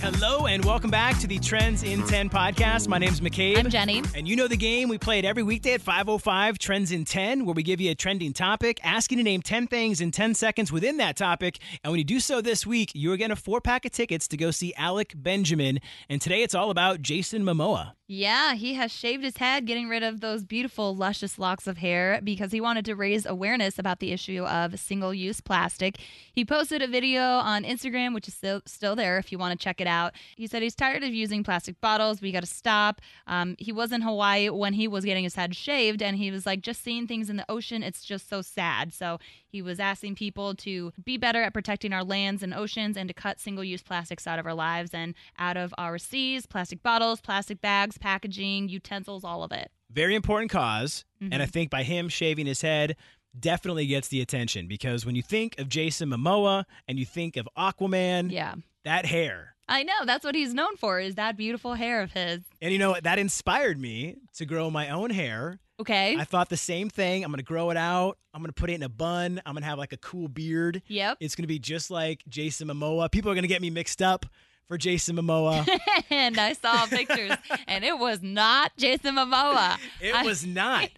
Hello and welcome back to the Trends in 10 podcast. My name's McCabe. I'm Jenny. And you know the game we play it every weekday at 5:05 Trends in 10 where we give you a trending topic, ask you to name 10 things in 10 seconds within that topic. And when you do so this week, you are getting a four-pack of tickets to go see Alec Benjamin. And today it's all about Jason Momoa. Yeah, he has shaved his head, getting rid of those beautiful, luscious locks of hair because he wanted to raise awareness about the issue of single use plastic. He posted a video on Instagram, which is still, still there if you want to check it out. He said he's tired of using plastic bottles. We got to stop. Um, he was in Hawaii when he was getting his head shaved, and he was like, just seeing things in the ocean, it's just so sad. So he was asking people to be better at protecting our lands and oceans and to cut single use plastics out of our lives and out of our seas, plastic bottles, plastic bags packaging, utensils, all of it. Very important because Mm-hmm. And I think by him shaving his head definitely gets the attention because when you think of Jason Momoa and you think of Aquaman, Yeah. that hair I know. That's what he's known for is that beautiful hair of his. And you know what? That inspired me to grow my own hair. Okay. I thought the same thing. I'm going to grow it out. I'm going to put it in a bun. I'm going to have like a cool beard. yep. It's going to be just like Jason Momoa. People are going to get me mixed up for Jason Momoa. and I saw pictures and it was not Jason Momoa. It I- was not.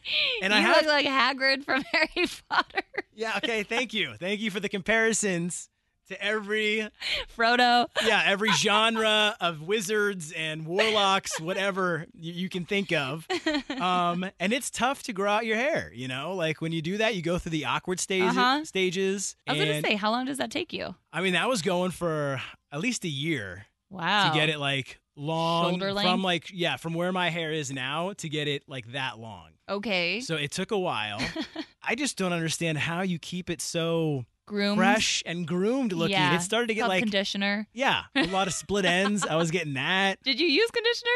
And you I look have like Hagrid from Harry Potter. Yeah, okay, thank you. Thank you for the comparisons to every Frodo. yeah, every genre of wizards and warlocks, whatever you, you can think of. Um, and it's tough to grow out your hair, you know? Like when you do that, you go through the awkward stages. Uh-huh. stages I was and, going to say, how long does that take you? I mean, that was going for at least a year Wow. to get it like long Oh. Shoulder from length? like yeah, from where my hair is now to get it like that long. Okay. So it took a while. I just don't understand how you keep it so Groomed. fresh and groomed looking. Yeah. It started to get Self like conditioner. yeah, a lot of split ends. I was getting that. Did you use conditioner?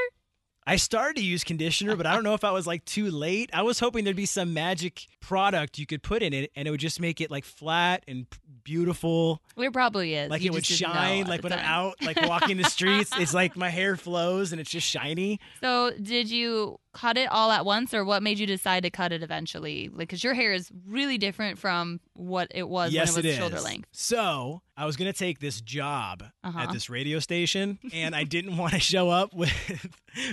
I started to use conditioner, but I don't know if I was like too late. I was hoping there'd be some magic product you could put in it and it would just make it like flat and p- beautiful. It probably is. Like You it would just didn't know shine, at like the when I'm time. out, like walking the streets, it's like my hair flows and it's just shiny. So, did you cut it all at once, or what made you decide to cut it eventually? Like, because your hair is really different from what it was yes, when it was is. shoulder length. So I was gonna take this job at Uh-huh. this radio station, and I didn't want to show up with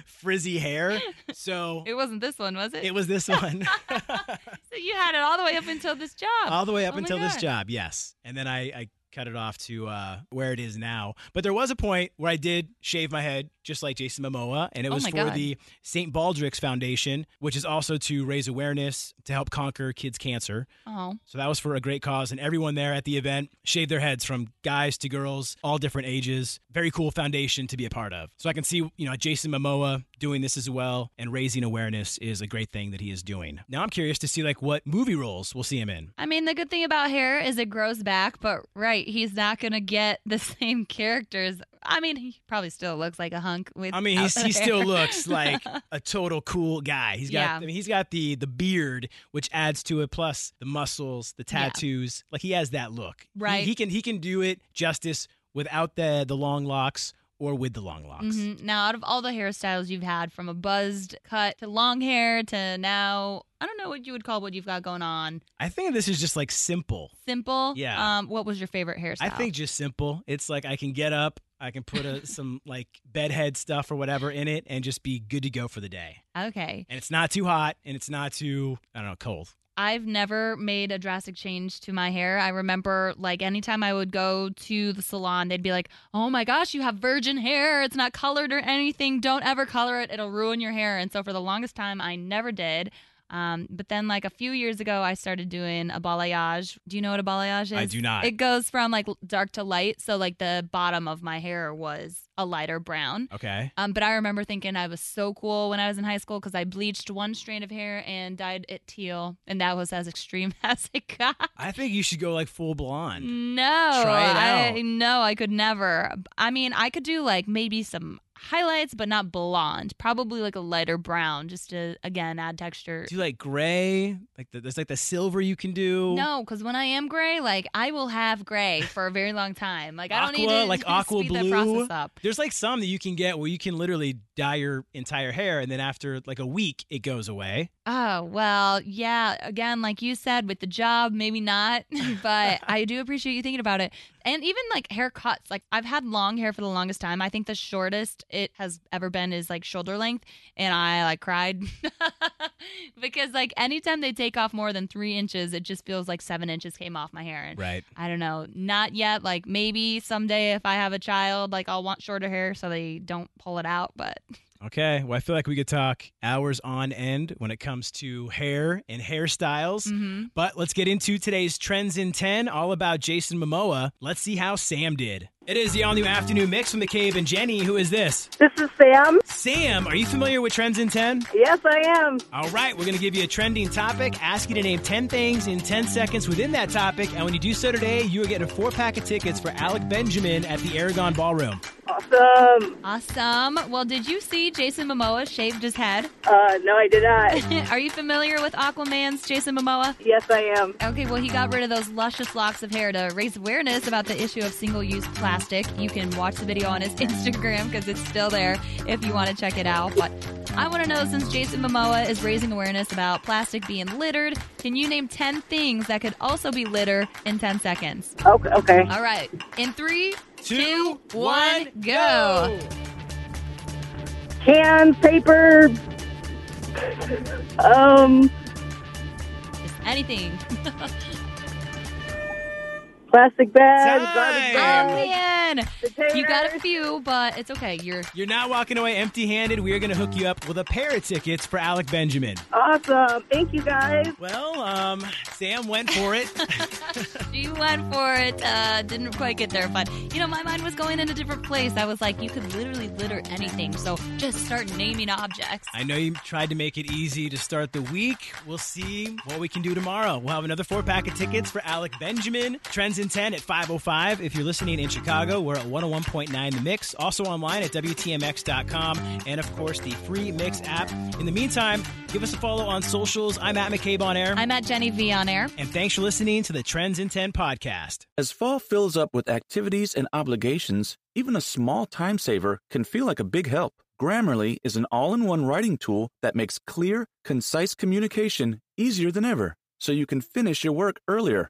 frizzy hair, so It wasn't this one, was it? it was this one, so you had it all the way up until this job. all the way up Oh my until this God. job. Yes, and then I, I cut it off to uh, where it is now. But there was a point where I did shave my head, just like Jason Momoa, and it Oh was my for God. the St. Baldrick's Foundation, which is also to raise awareness to help conquer kids' cancer. Oh, So that was for a great cause, and everyone there at the event shaved their heads from guys to girls, all different ages. Very cool foundation to be a part of. So I can see, you know, Jason Momoa doing this as well, and raising awareness is a great thing that he is doing. Now I'm curious to see like what movie roles we'll see him in. I mean, the good thing about hair is it grows back, but right, he's not gonna get the same characters. I mean, he probably still looks like a hunk with. I mean, he's, out he there. still looks like a total cool guy. He's got, Yeah. I mean, he's got the the beard, which adds to it, plus the muscles, the Yeah. tattoos. Like he has that look. He- Right. He, can he can do it justice without the the long locks or with the long locks. Mhm. Now, out of all the hairstyles you've had, from a buzzed cut to long hair to now, I don't know what you would call what you've got going on. I think this is just like simple. Simple. Yeah. Um, what was your favorite hairstyle? I think just simple. It's like I can get up, I can put a, some like bedhead stuff or whatever in it, and just be good to go for the day. Okay. And it's not too hot, and it's not too I don't know cold. I've never made a drastic change to my hair. I remember, like, anytime I would go to the salon, they'd be like, oh my gosh, you have virgin hair. It's not colored or anything. Don't ever color it, it'll ruin your hair. And so, for the longest time, I never did. Um, but then, like, a few years ago, I started doing a balayage. Do you know what a balayage is? I do not. It goes from like l- dark to light. So, like, the bottom of my hair was a lighter brown. okay. Um, but I remember thinking I was so cool when I was in high school because I bleached one strand of hair and dyed it teal, and that was as extreme as it got. I think you should go like full blonde. No, Try it I out. no, I could never. I mean, I could do like maybe some highlights, but not blonde. Probably like a lighter brown, just to again add texture. Do like gray, like the, there's like the silver you can do. No, because when I am gray, like I will have gray for a very long time. Like I don't need Aqua, to like speed aqua that blue. process up. There's like some that you can get where you can literally dye your entire hair, and then after like a week, it goes away. Oh, well, yeah. Again, like you said, with the job, maybe not, but I do appreciate you thinking about it. And even like haircuts, like I've had long hair for the longest time. I think the shortest it has ever been is like shoulder length. And I like cried because like anytime they take off more than three inches, it just feels like seven inches came off my hair. And Right. I don't know, not yet. Like maybe someday if I have a child, like I'll want shorter hair so they don't pull it out. But Okay. Well, I feel like we could talk hours on end when it comes to hair and hairstyles. Mhm. But let's get into today's Trends in 10, all about Jason Momoa. Let's see how Sam did. It is the all new afternoon mix from McCabe and Jenny. Who is this? This is Sam. Sam, are you familiar with Trends in 10? Yes, I am. All right, we're going to give you a trending topic, ask you to name 10 things in 10 seconds within that topic. And when you do so today, you are getting a four pack of tickets for Alec Benjamin at the Aragon Ballroom. Awesome. awesome. Well, did you see Jason Momoa shaved his head? Uh, no, I did not. Are you familiar with Aquaman's Jason Momoa? yes, I am. Okay, well, he got rid of those luscious locks of hair to raise awareness about the issue of single use plastic. You can watch the video on his Instagram because it's still there if you want to check it out. But I want to know since Jason Momoa is raising awareness about plastic being littered, can you name 10 things that could also be litter in 10 seconds? Okay. okay. All right, in three, Two, two, one, one, go. Cans, paper. Um, Just anything. plastic bags, Time. garbage Oh, Yeah. bags. man. potatoes. You got a few, but it's okay. You're You're not walking away empty handed. We are going to hook you up with a pair of tickets for Alec Benjamin. Awesome. Thank you, guys. Well, um, Sam went for it. She went for it. Uh, didn't quite get there, but you know, my mind was going in a different place. I was like, you could literally litter anything, so just start naming objects. I know you tried to make it easy to start the week. We'll see what we can do tomorrow. We'll have another four pack of tickets for Alec Benjamin. Trends in 10 at 505. If you're listening in Chicago, we're at 101.9 The Mix. Also online at WTMX.com and, of course, the free Mix app. In the meantime, give us a follow on socials. I'm at McCabe on air. I'm at Jenny V on air. and thanks for listening to the Trends in 10 podcast. As fall fills up with activities and obligations, even a small time saver can feel like a big help. Grammarly is an all in one writing tool that makes clear, concise communication easier than ever, so you can finish your work earlier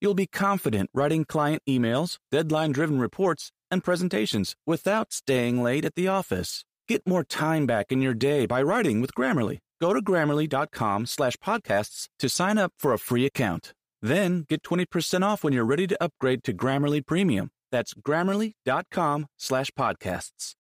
You'll be confident writing client emails, deadline driven reports, and presentations without staying late at the office. Get more time back in your day by writing with Grammarly. Go to grammarly.com slash podcasts to sign up for a free account. Then get 20% off when you're ready to upgrade to Grammarly Premium. That's grammarly.com slash podcasts.